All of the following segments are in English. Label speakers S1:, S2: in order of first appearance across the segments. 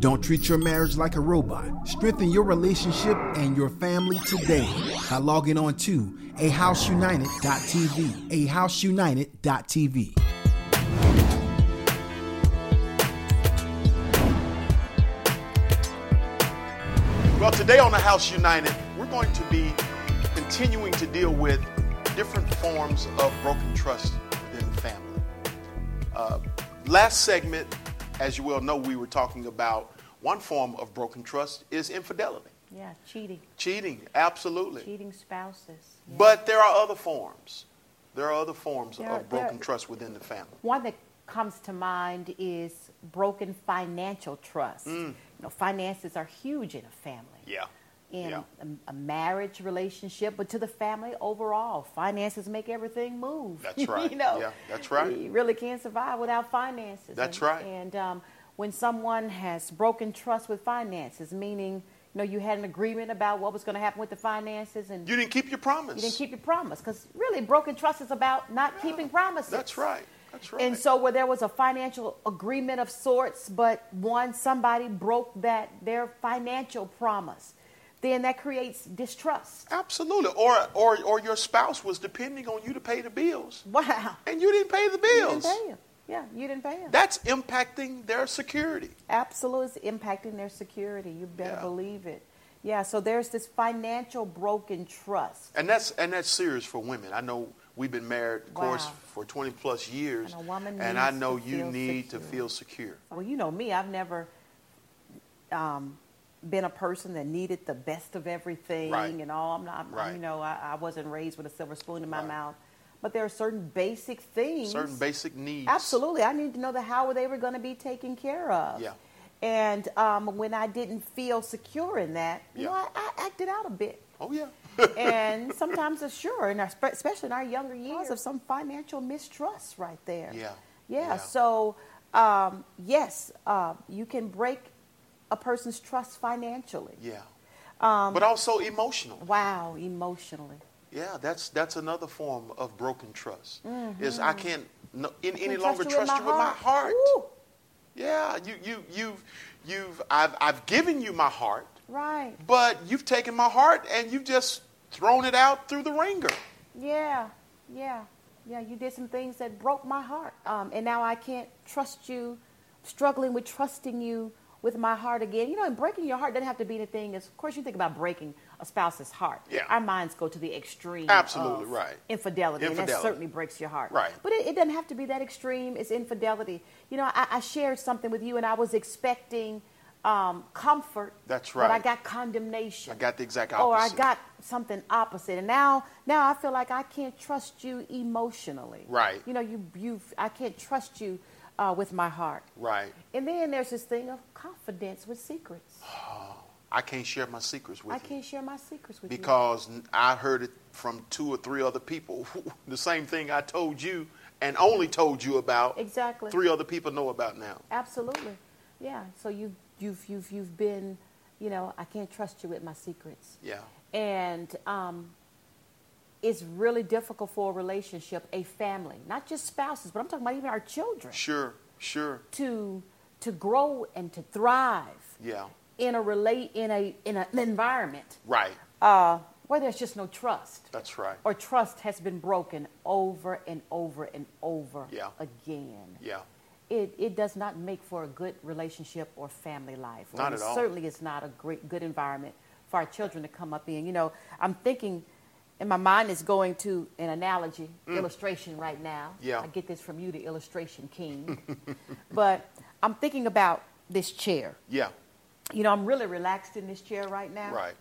S1: Don't treat your marriage like a robot. Strengthen your relationship and your family today by logging on to ahouseunited.tv. ahouseunited.tv.
S2: Well, today on the House United, we're going to be continuing to deal with different forms of broken trust within the family. Uh, last segment, as you well know, we were talking about one form of broken trust is infidelity,
S3: Yeah, cheating,
S2: cheating, absolutely.
S3: cheating spouses. yeah.
S2: But there are other forms. There are other forms
S3: There-
S2: of broken
S3: there-
S2: trust within the family.
S3: One that comes to mind is broken financial trust. You know, finances are huge in a family.
S2: Mm. Yeah.
S3: In
S2: Yeah.
S3: a, a marriage relationship, but to the family overall, finances make everything move.
S2: That's right.
S3: you know,
S2: Yeah, that's right.
S3: You really can't survive without finances.
S2: That's
S3: And-
S2: right.
S3: And um, when someone has broken trust with finances, meaning you know you had an agreement about what was going to happen with the finances, and
S2: You didn't keep your promise.
S3: You didn't keep your promise because really, broken trust is about not keeping promises.
S2: That's right. That's right.
S3: And so, where there was a financial agreement of sorts, but one somebody broke that their financial promise, then that creates distrust.
S2: Absolutely. Or, or, or your spouse was depending on you to pay the bills,
S3: Wow.
S2: and you didn't pay the bills.
S3: You didn't pay him. Yeah, you didn't pay him.
S2: That's impacting their security.
S3: Absolutely, it's impacting their security. You better
S2: Yeah.
S3: believe it. Yeah. So there's this financial broken trust.
S2: And that's and that's serious for women. I know we've been married, of course,
S3: Wow.
S2: for 20 plus years,
S3: And a woman
S2: and I
S3: needs
S2: know
S3: to
S2: you
S3: feel
S2: need to
S3: secure.
S2: feel secure.
S3: Well, you know me, I've never um, been a person that needed the best of everything
S2: Right.
S3: and all. I'm not,
S2: Right.
S3: you know, I, I wasn't raised with a silver spoon in my
S2: Right.
S3: mouth. But there are certain basic things.
S2: Certain basic needs.
S3: Absolutely. I needed to know the how they were going to be taken care of.
S2: Yeah.
S3: And um, when I didn't feel secure in that, you know,
S2: Yeah.
S3: I, I acted out a bit.
S2: Oh yeah.
S3: and sometimes, it's sure, in our, spe- especially in our younger years, of some financial mistrust right there.
S2: Yeah.
S3: Yeah.
S2: Yeah.
S3: So, um, yes, uh, you can break a person's trust financially.
S2: Yeah.
S3: Um,
S2: but also emotional.
S3: Wow, emotionally.
S2: Yeah, that's that's another form of broken trust. Is I can't no, in, any
S3: Mm-hmm. Can't
S2: longer trust you with my heart.
S3: Ooh,
S2: Yeah, you you you've you've I've I've given you my heart,
S3: right.
S2: but you've taken my heart and you've just thrown it out through the ringer.
S3: Yeah. Yeah. Yeah. You did some things that broke my heart, um, and now I can't trust you. Struggling with trusting you with my heart again. You know, and breaking your heart doesn't have to be anything. As of course, you think about breaking a spouse's heart.
S2: Yeah.
S3: Our minds go to the extreme.
S2: Absolutely,
S3: of
S2: right.
S3: Infidelity, and that
S2: Infidelity.
S3: certainly breaks your heart.
S2: Right.
S3: But it, it doesn't have to be that extreme. It's infidelity. You know, I, I shared something with you, and I was expecting um, comfort.
S2: That's
S3: But I
S2: right.
S3: got condemnation.
S2: I got the exact
S3: Or I
S2: opposite.
S3: got something opposite and now now i feel like i can't trust you emotionally
S2: Right.
S3: you know you you i can't trust you uh, with my heart
S2: Right.
S3: and then there's this thing of confidence with secrets
S2: I can't share my secrets with
S3: i
S2: you.
S3: can't share my secrets with you
S2: because n- I heard it from two or three other people. the same thing I told you and only told you about.
S3: Exactly.
S2: Three other people know about now.
S3: absolutely yeah so you you've you've you've been you know i can't trust you with my secrets
S2: Yeah.
S3: and um, it's really difficult for a relationship a family not just spouses but i'm talking about even our children
S2: Sure. Sure.
S3: to to grow and to thrive
S2: Yeah.
S3: in a relate in a in a, an environment
S2: Right.
S3: uh, where there's just no trust
S2: That's right.
S3: or trust has been broken over and over and over
S2: Yeah.
S3: again.
S2: Yeah.
S3: It, it does not make for a good relationship or family life.
S2: Not
S3: And
S2: at
S3: it
S2: all.
S3: Certainly, it's not a great good environment for our children to come up in. You know, I'm thinking, and my mind is going to an analogy, illustration right now.
S2: Mm. Yeah.
S3: I get this from you, the illustration king. but I'm thinking about this chair.
S2: Yeah.
S3: You know, I'm really relaxed in this chair right now.
S2: Right.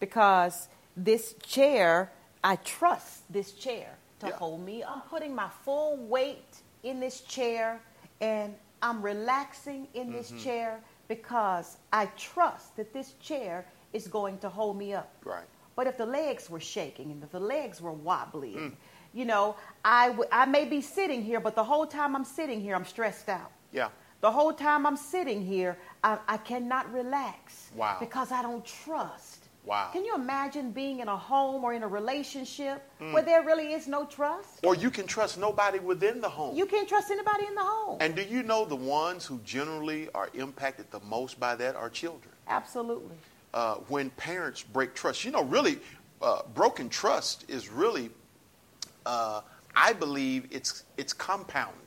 S3: Because this chair, I trust this chair to
S2: Yeah.
S3: hold me. I'm putting my full weight in this chair and I'm relaxing in this
S2: Mm-hmm.
S3: chair because I trust that this chair is going to hold me up.
S2: Right.
S3: But if the legs were shaking and if the legs were wobbly,
S2: Mm.
S3: and you know, I, w- I may be sitting here, but the whole time I'm sitting here, I'm stressed out.
S2: Yeah.
S3: The whole time I'm sitting here, I, I cannot relax.
S2: Wow.
S3: Because I don't trust
S2: Wow.
S3: Can you imagine being in a home or in a relationship
S2: Hmm.
S3: where there really is no trust?
S2: Or you can trust nobody within the home.
S3: You can't trust anybody in the home.
S2: and do you know the ones who generally are impacted the most by that are children?
S3: Absolutely.
S2: uh, when parents break trust. You know, really, uh, broken trust is really, uh, I believe it's it's compounded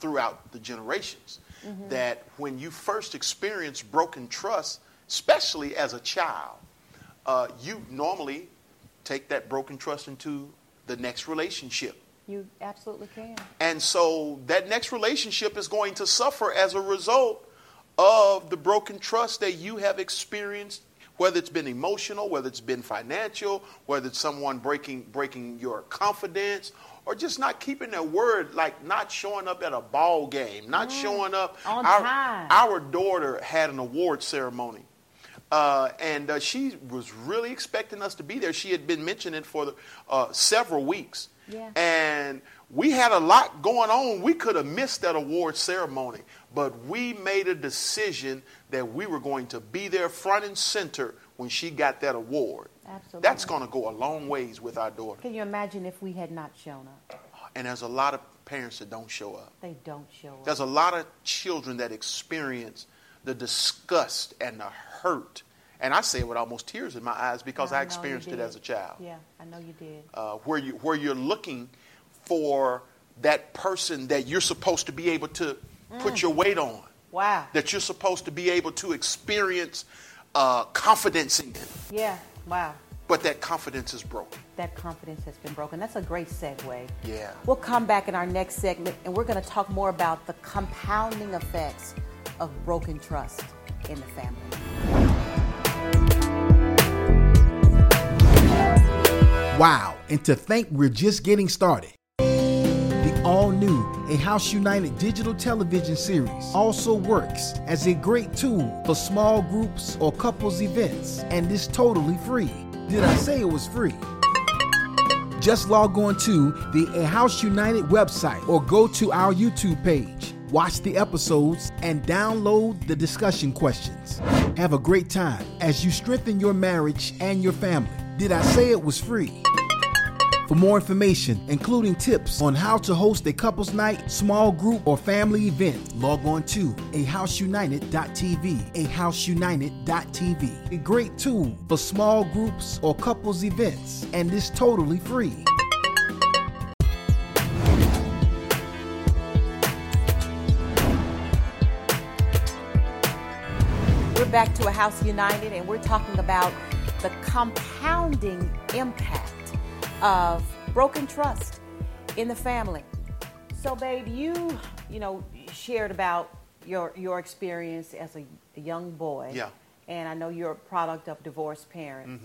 S2: throughout the generations. That when you first experience broken trust, especially as a child, uh, you normally take that broken trust into the next relationship.
S3: You absolutely can.
S2: And so that next relationship is going to suffer as a result of the broken trust that you have experienced, whether it's been emotional, whether it's been financial, whether it's someone breaking breaking your confidence, or just not keeping their word, like not showing up at a ball game, not showing up.
S3: Mm. On
S2: our,
S3: time.
S2: our daughter had an award ceremony. Uh, and uh, she was really expecting us to be there. She had been mentioning it for the, uh, several weeks.
S3: Yeah.
S2: And we had a lot going on. We could have missed that award ceremony, but we made a decision that we were going to be there front and center when she got that award.
S3: Absolutely.
S2: That's going to go a long ways with our daughter.
S3: Can you imagine if we had not shown up?
S2: And there's a lot of parents that don't show up.
S3: They don't show up.
S2: There's a lot of children that experience the disgust and the hurt. And I say it with almost tears in my eyes because
S3: I
S2: I,
S3: know you
S2: experienced it
S3: did.
S2: as a child.
S3: yeah, I know you did.
S2: Uh, where, you, where you're looking for that person that you're supposed to be able to
S3: Mm.
S2: put your weight on,
S3: Wow.
S2: that you're supposed to be able to experience uh, confidence in.
S3: Yeah, wow.
S2: But that confidence is broken.
S3: That confidence has been broken. That's a great segue.
S2: Yeah.
S3: We'll come back in our next segment and we're going to talk more about the compounding effects of broken trust in the family.
S1: Wow, and to think we're just getting started. The all new A House United digital television series also works as a great tool for small groups or couples events and is totally free. Did I say it was free? Just log on to the A House United website or go to our YouTube page. Watch the episodes and download the discussion questions. Have a great time as you strengthen your marriage and your family. Did I say it was free? For more information, including tips on how to host a couples night, small group, or family event, log on to ahouseunited.tv. ahouseunited.tv. A great tool for small groups or couples events, and is totally free.
S3: We're back to A House United, and we're talking about the compounding impact of broken trust in the family. So, babe, you you know shared about your your experience as a, young boy.
S2: Yeah. Mm-hmm.
S3: And I know you're a product of divorced parents,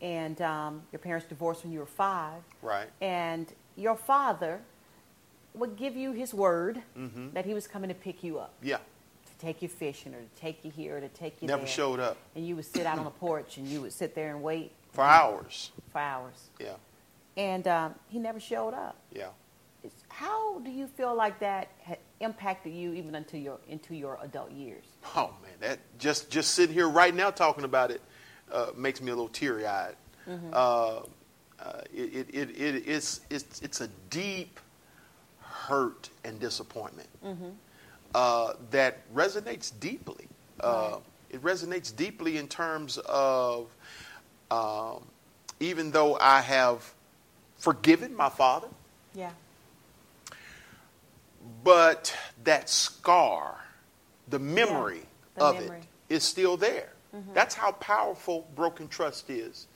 S3: and um, your parents divorced when you were five.
S2: Right.
S3: And your father would give you his word
S2: Mm-hmm.
S3: that he was coming to pick you up
S2: Yeah.
S3: to take you fishing or to take you here or to take you
S2: Never
S3: there.
S2: showed up
S3: And you would sit out on the porch and you would sit there and wait
S2: for hours.
S3: for hours.
S2: Yeah.
S3: And um, he never showed up.
S2: Yeah.
S3: It's- how do you feel like that had impacted you even until your, into your adult years?
S2: Oh man, that just just sitting here right now talking about it uh, makes me a little teary eyed. Uh, uh, it, it, it, it, it's it's it's a deep hurt and disappointment uh, that resonates deeply. Uh, It resonates deeply in terms of um, even though I have forgiven my father,
S3: Yeah.
S2: but that scar, the memory
S3: the
S2: of
S3: memory. Mm-hmm.
S2: it, is still there. That's how powerful broken trust is.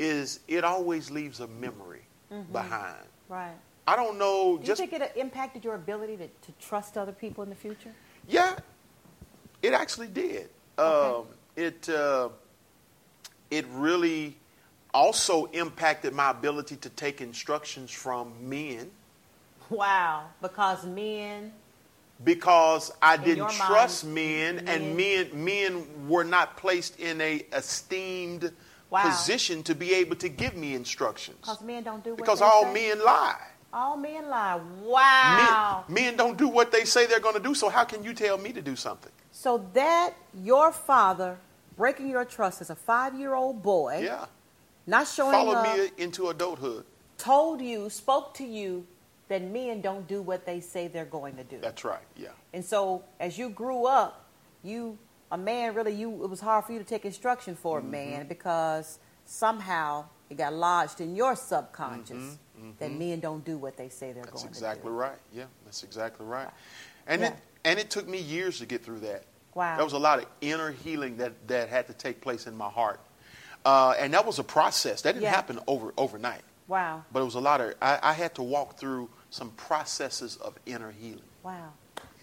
S2: Is it always leaves a memory behind?
S3: Right.
S2: I don't know.
S3: Do
S2: just
S3: Mm-hmm. you think it uh, impacted your ability to, to trust other people in the future?
S2: Yeah, it actually did. Um,
S3: Okay.
S2: it uh, it really also impacted my ability to take instructions from men
S3: Wow. Because men,
S2: because I
S3: your
S2: didn't
S3: mind,
S2: trust men, and
S3: men-
S2: men men were not placed in a esteemed
S3: Wow.
S2: position to be able to give me instructions
S3: because men don't do what
S2: because
S3: they
S2: all
S3: say.
S2: men lie.
S3: All men lie.
S2: Men-
S3: Wow.
S2: Men, don't do what they say they're going to do. So how can you tell me to do something?
S3: So that your father breaking your trust as a five year old boy,
S2: Yeah.
S3: not showing
S2: Follow
S3: up,
S2: me into adulthood.
S3: told you, spoke to you that men don't do what they say they're going to do.
S2: That's right. Yeah.
S3: And so as you grew up, you a man really you it was hard for you to take instruction for
S2: Mm-hmm.
S3: a man because somehow it got lodged in your subconscious that men don't do what they say they're
S2: Mm-hmm. That's
S3: going
S2: exactly
S3: to do.
S2: right. Yeah. That's exactly right. And it
S3: Yeah.
S2: and it took me years to get through that.
S3: Wow.
S2: There was a lot of inner healing that that had to take place in my heart, uh, and that was a process. That didn't
S3: Yeah.
S2: happen over overnight.
S3: Wow.
S2: But it was a lot of I, I had to walk through some processes of inner healing.
S3: Wow.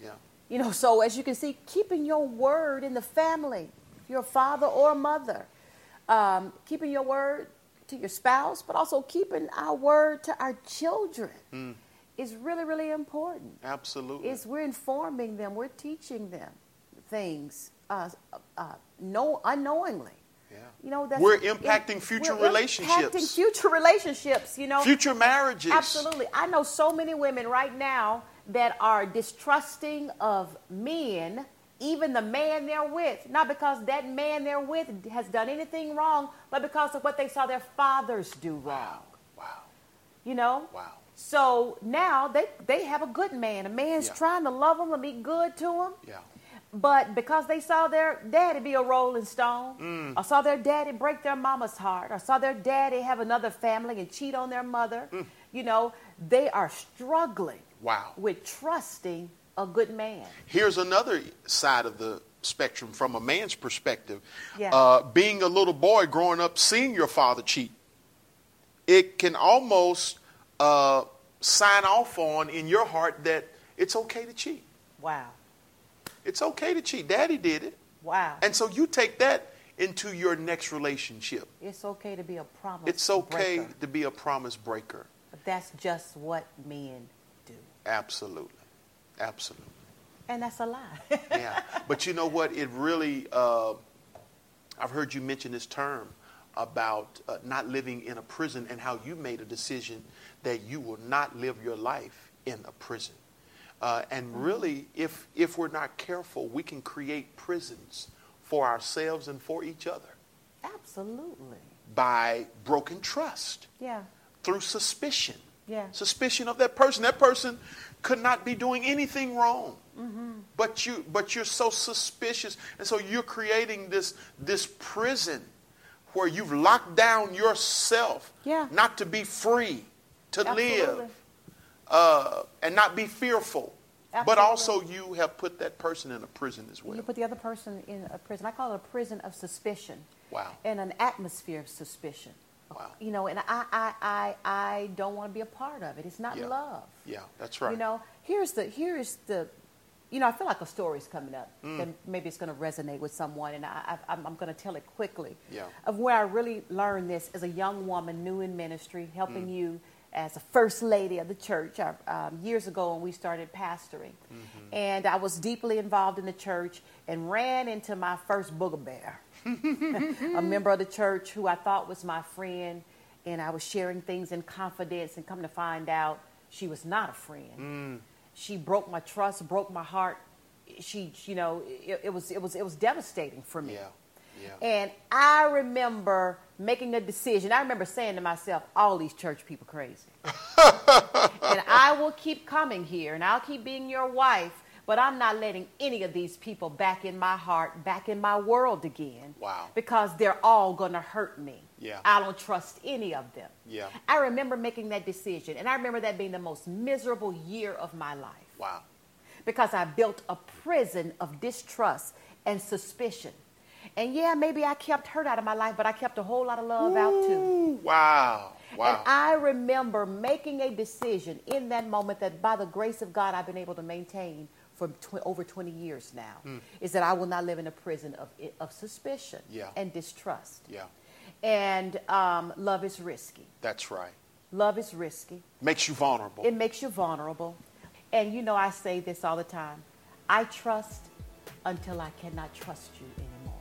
S2: Yeah.
S3: You know, so as you can see, keeping your word in the family, your father or mother, um, keeping your word to your spouse, but also keeping our word to our children is really, really important.
S2: Mm. Absolutely.
S3: It's we're informing them, we're teaching them things, uh, uh, no, unknowingly.
S2: Yeah.
S3: You know, that's
S2: We're impacting future
S3: we're Impacting
S2: relationships.
S3: future relationships. You know,
S2: Future marriages.
S3: Absolutely. I know so many women right now that are distrusting of men, even the man they're with. Not because that man they're with has done anything wrong, but because of what they saw their fathers do wrong.
S2: Wow. Wow.
S3: You know?
S2: Wow.
S3: So now they, they have a good man. A man's
S2: Yeah.
S3: trying to love them and be good to them.
S2: Yeah.
S3: But because they saw their daddy be a rolling stone,
S2: Mm.
S3: or saw their daddy break their mama's heart, or saw their daddy have another family and cheat on their mother, you know, they are struggling
S2: Mm. Wow.
S3: with trusting a good man.
S2: Here's another side of the spectrum from a man's perspective.
S3: Yeah.
S2: Uh, being a little boy growing up seeing your father cheat, it can almost uh, sign off on in your heart that it's okay to cheat.
S3: Wow.
S2: It's okay to cheat. Daddy did it.
S3: Wow.
S2: And so you take that into your next relationship.
S3: it's okay to be a promise.
S2: It's okay
S3: breaker,
S2: to be a promise breaker.
S3: but that's just what men do.
S2: Absolutely. Absolutely.
S3: And that's a lie.
S2: yeah. But you know what? It really, uh, I've heard you mention this term about uh, not living in a prison and how you made a decision that you will not live your life in a prison. Uh, and really, if, if we're not careful, we can create prisons for ourselves and for each other
S3: Absolutely.
S2: by broken trust
S3: Yeah.
S2: through suspicion.
S3: Yeah.
S2: Suspicion of that person. That person could not be doing anything wrong.
S3: Mm-hmm.
S2: But you but you're so suspicious. And so you're creating this this prison where you've locked down yourself
S3: Yeah.
S2: not to be free, to
S3: Absolutely.
S2: live, uh, and not be fearful. But
S3: Absolutely.
S2: also you have put that person in a prison as well.
S3: You put the other person in a prison. I call it a prison of suspicion.
S2: Wow.
S3: And an atmosphere of suspicion.
S2: Wow.
S3: You know, and I, I, I, I don't want to be a part of it. It's not
S2: Yeah.
S3: love.
S2: Yeah, that's right.
S3: You know, here's the here is the, you know, I feel like a story's coming up,
S2: Mm.
S3: and maybe it's going to resonate with someone, and I, I I'm, I'm going to tell it quickly.
S2: Yeah.
S3: Of where I really learned this as a young woman, new in ministry, helping
S2: Mm.
S3: you as a first lady of the church uh, um, years ago when we started pastoring,
S2: Mm-hmm.
S3: and I was deeply involved in the church and ran into my first booger bear a member of the church who I thought was my friend, and I was sharing things in confidence, and come to find out she was not a friend. She broke my trust, broke my heart. She, you know, it, it was it was it was devastating for me.
S2: Yeah. Yeah.
S3: And I remember making a decision. I remember saying to myself, all these church people crazy. and I will keep coming here and I'll keep being your wife, but I'm not letting any of these people back in my heart, back in my world again.
S2: Wow.
S3: Because they're all going to hurt me.
S2: Yeah.
S3: I don't trust any of them.
S2: Yeah.
S3: I remember making that decision and I remember that being the most miserable year of my life
S2: wow.
S3: because I built a prison of distrust and suspicion. And yeah, maybe I kept hurt out of my life, but I kept a whole lot of love out too.
S2: Ooh, wow. Wow.
S3: And I remember making a decision in that moment that by the grace of God, I've been able to maintain for tw- over 20 years now
S2: Hmm.
S3: is that I will not live in a prison of, of suspicion
S2: Yeah.
S3: and distrust.
S2: yeah.
S3: And um, love is risky.
S2: That's right.
S3: Love is risky.
S2: Makes you vulnerable.
S3: It makes you vulnerable. And you know, I say this all the time I trust until I cannot trust you anymore.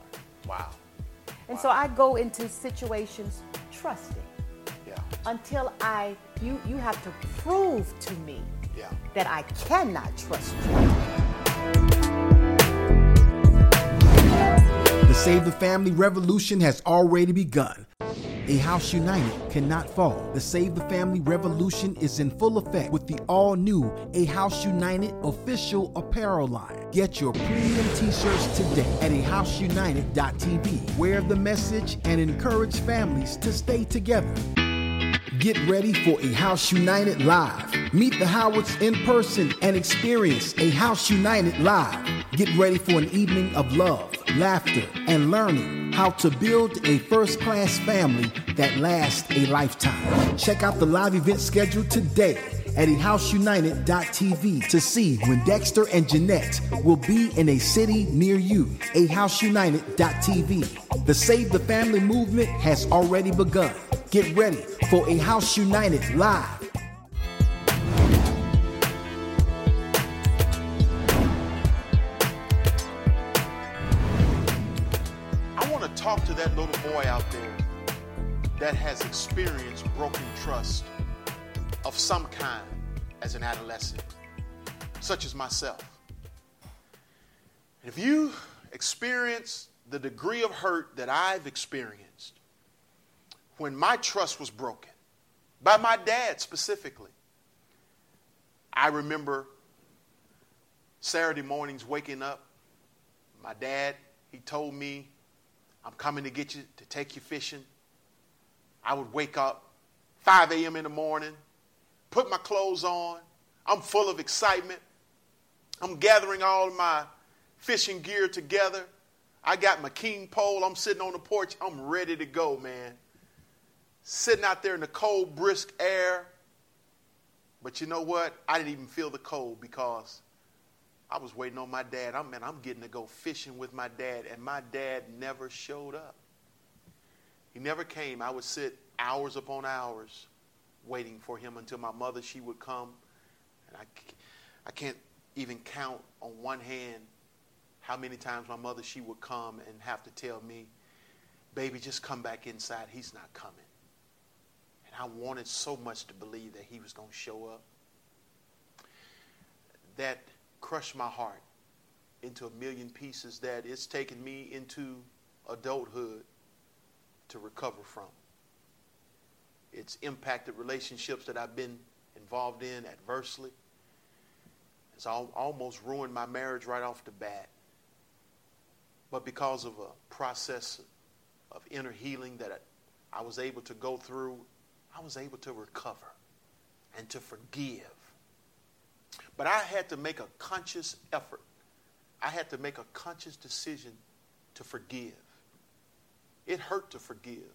S2: wow.
S3: And so I go into situations trusting
S2: Yeah.
S3: until I, you, you have to prove to me
S2: Yeah.
S3: that I cannot trust you.
S1: The Save the Family revolution has already begun. A house united cannot fall. The Save the Family revolution is in full effect with the all new A House United official apparel line. Get your premium t shirts today at ahouseunited.tv. Wear the message and encourage families to stay together. Get ready for A House United Live. Meet the Howards in person and experience A House United Live. Get ready for an evening of love, laughter, and learning how to build a first class family that lasts a lifetime. Check out the live event schedule today at E ahouseunited.tv to see when Dexter and Jeanette will be in a city near you. E ahouseunited.tv. The Save the Family movement has already begun. Get ready for A House United Live.
S2: I want to talk to that little boy out there that has experienced broken trust of some kind as an adolescent, such as myself. If you experience the degree of hurt that I've experienced when my trust was broken, by my dad specifically, I remember Saturday mornings waking up. My dad, he told me, I'm coming to get you to take you fishing. I would wake up 5 a.m. in the morning, put my clothes on. I'm full of excitement. I'm gathering all of my fishing gear together. I got my king pole. I'm sitting on the porch. I'm ready to go, man. Sitting out there in the cold, brisk air. But you know what? I didn't even feel the cold because I was waiting on my dad. I'm man, I'm getting to go fishing with my dad, and my dad never showed up. He never came. I would sit hours upon hours waiting for him until my mother she would come, and I, c- I can't even count on one hand how many times my mother she would come and have to tell me, "Baby, just come back inside. He's not coming." And I wanted so much to believe that he was going to show up that crushed my heart into a million pieces that it's taken me into adulthood to recover from. It's impacted relationships that I've been involved in adversely. It's al- almost ruined my marriage right off the bat. But because of a process of inner healing that I I was able to go through, I was able to recover and to forgive but I had to make a conscious effort. I had to make a conscious decision to forgive. It hurt to forgive.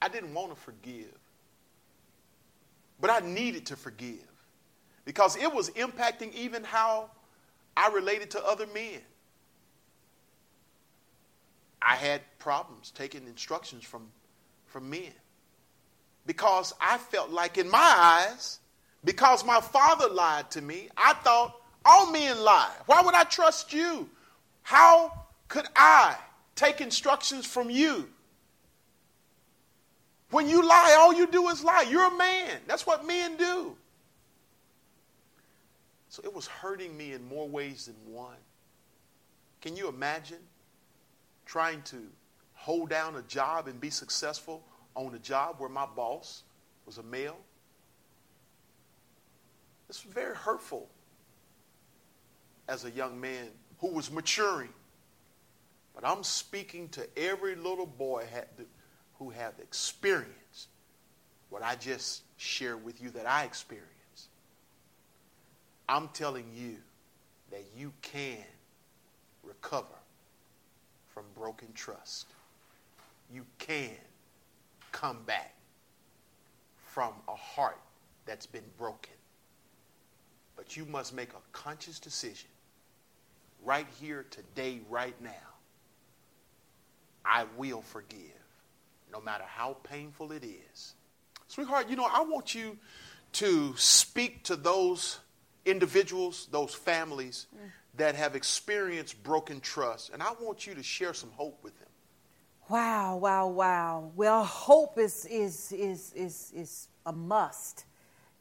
S2: I didn't want to forgive. But I needed to forgive because it was impacting even how I related to other men. I had problems taking instructions from, from men because I felt like, in my eyes, because my father lied to me, I thought all men lie. Why would I trust you? How could I take instructions from you? When you lie, all you do is lie. You're a man. That's what men do. So it was hurting me in more ways than one. Can you imagine trying to hold down a job and be successful on a job where my boss was a male? This was very hurtful as a young man who was maturing. But I'm speaking to every little boy ha- who have experienced what I just shared with you that I experienced. I'm telling you that you can recover from broken trust. You can come back from a heart that's been broken. But you must make a conscious decision right here, today, right now. I will forgive, no matter how painful it is. Sweetheart, you know, I want you to speak to those individuals, those families that have experienced broken trust, and I want you to share some hope with them.
S3: Wow, wow, wow. Well, hope is is is is is a must.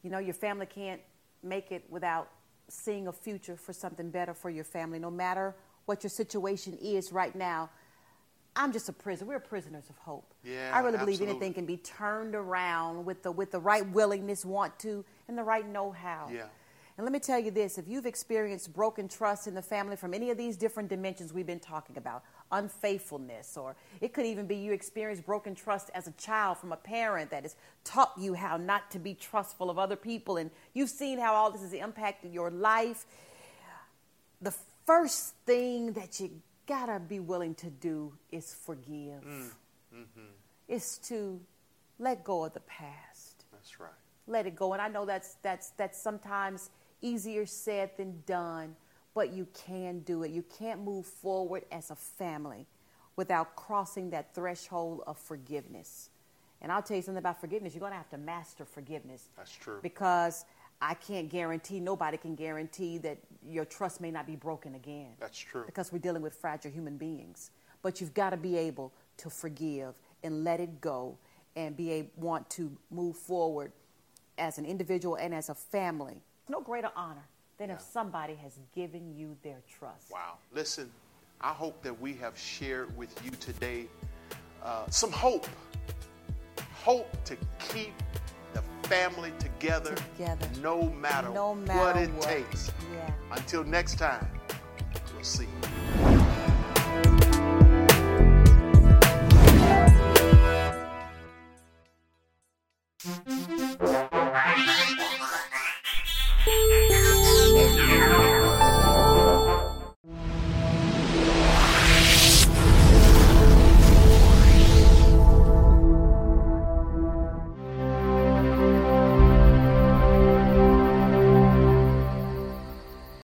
S3: You know, your family can't make it without seeing a future for something better for your family no matter what your situation is right now. I'm just a prisoner. We're prisoners of hope.
S2: Yeah,
S3: I really believe
S2: absolutely.
S3: anything can be turned around with the with the right willingness, want to, and the right know-how.
S2: Yeah.
S3: And let me tell you this, if you've experienced broken trust in the family from any of these different dimensions we've been talking about, unfaithfulness, or it could even be you experienced broken trust as a child from a parent that has taught you how not to be trustful of other people, and you've seen how all this has impacted your life the first thing that you gotta be willing to do is forgive. It's to let go of the past.
S2: That's right.
S3: Let it go. And I know that's that's that's sometimes easier said than done, but you can do it. You can't move forward as a family without crossing that threshold of forgiveness. And I'll tell you something about forgiveness. You're gonna have to master forgiveness.
S2: That's true.
S3: Because I can't guarantee, nobody can guarantee that your trust may not be broken again.
S2: That's true.
S3: Because we're dealing with fragile human beings. But you've got to be able to forgive and let it go and be able, want to move forward as an individual and as a family. No greater honor than if
S2: Yeah.
S3: somebody has given you their trust.
S2: Wow. Listen, I hope that we have shared with you today uh, some hope. Hope to keep the family together,
S3: Together.
S2: no matter,
S3: No matter
S2: what it
S3: what.
S2: takes.
S3: Yeah.
S2: Until next time, we'll see you.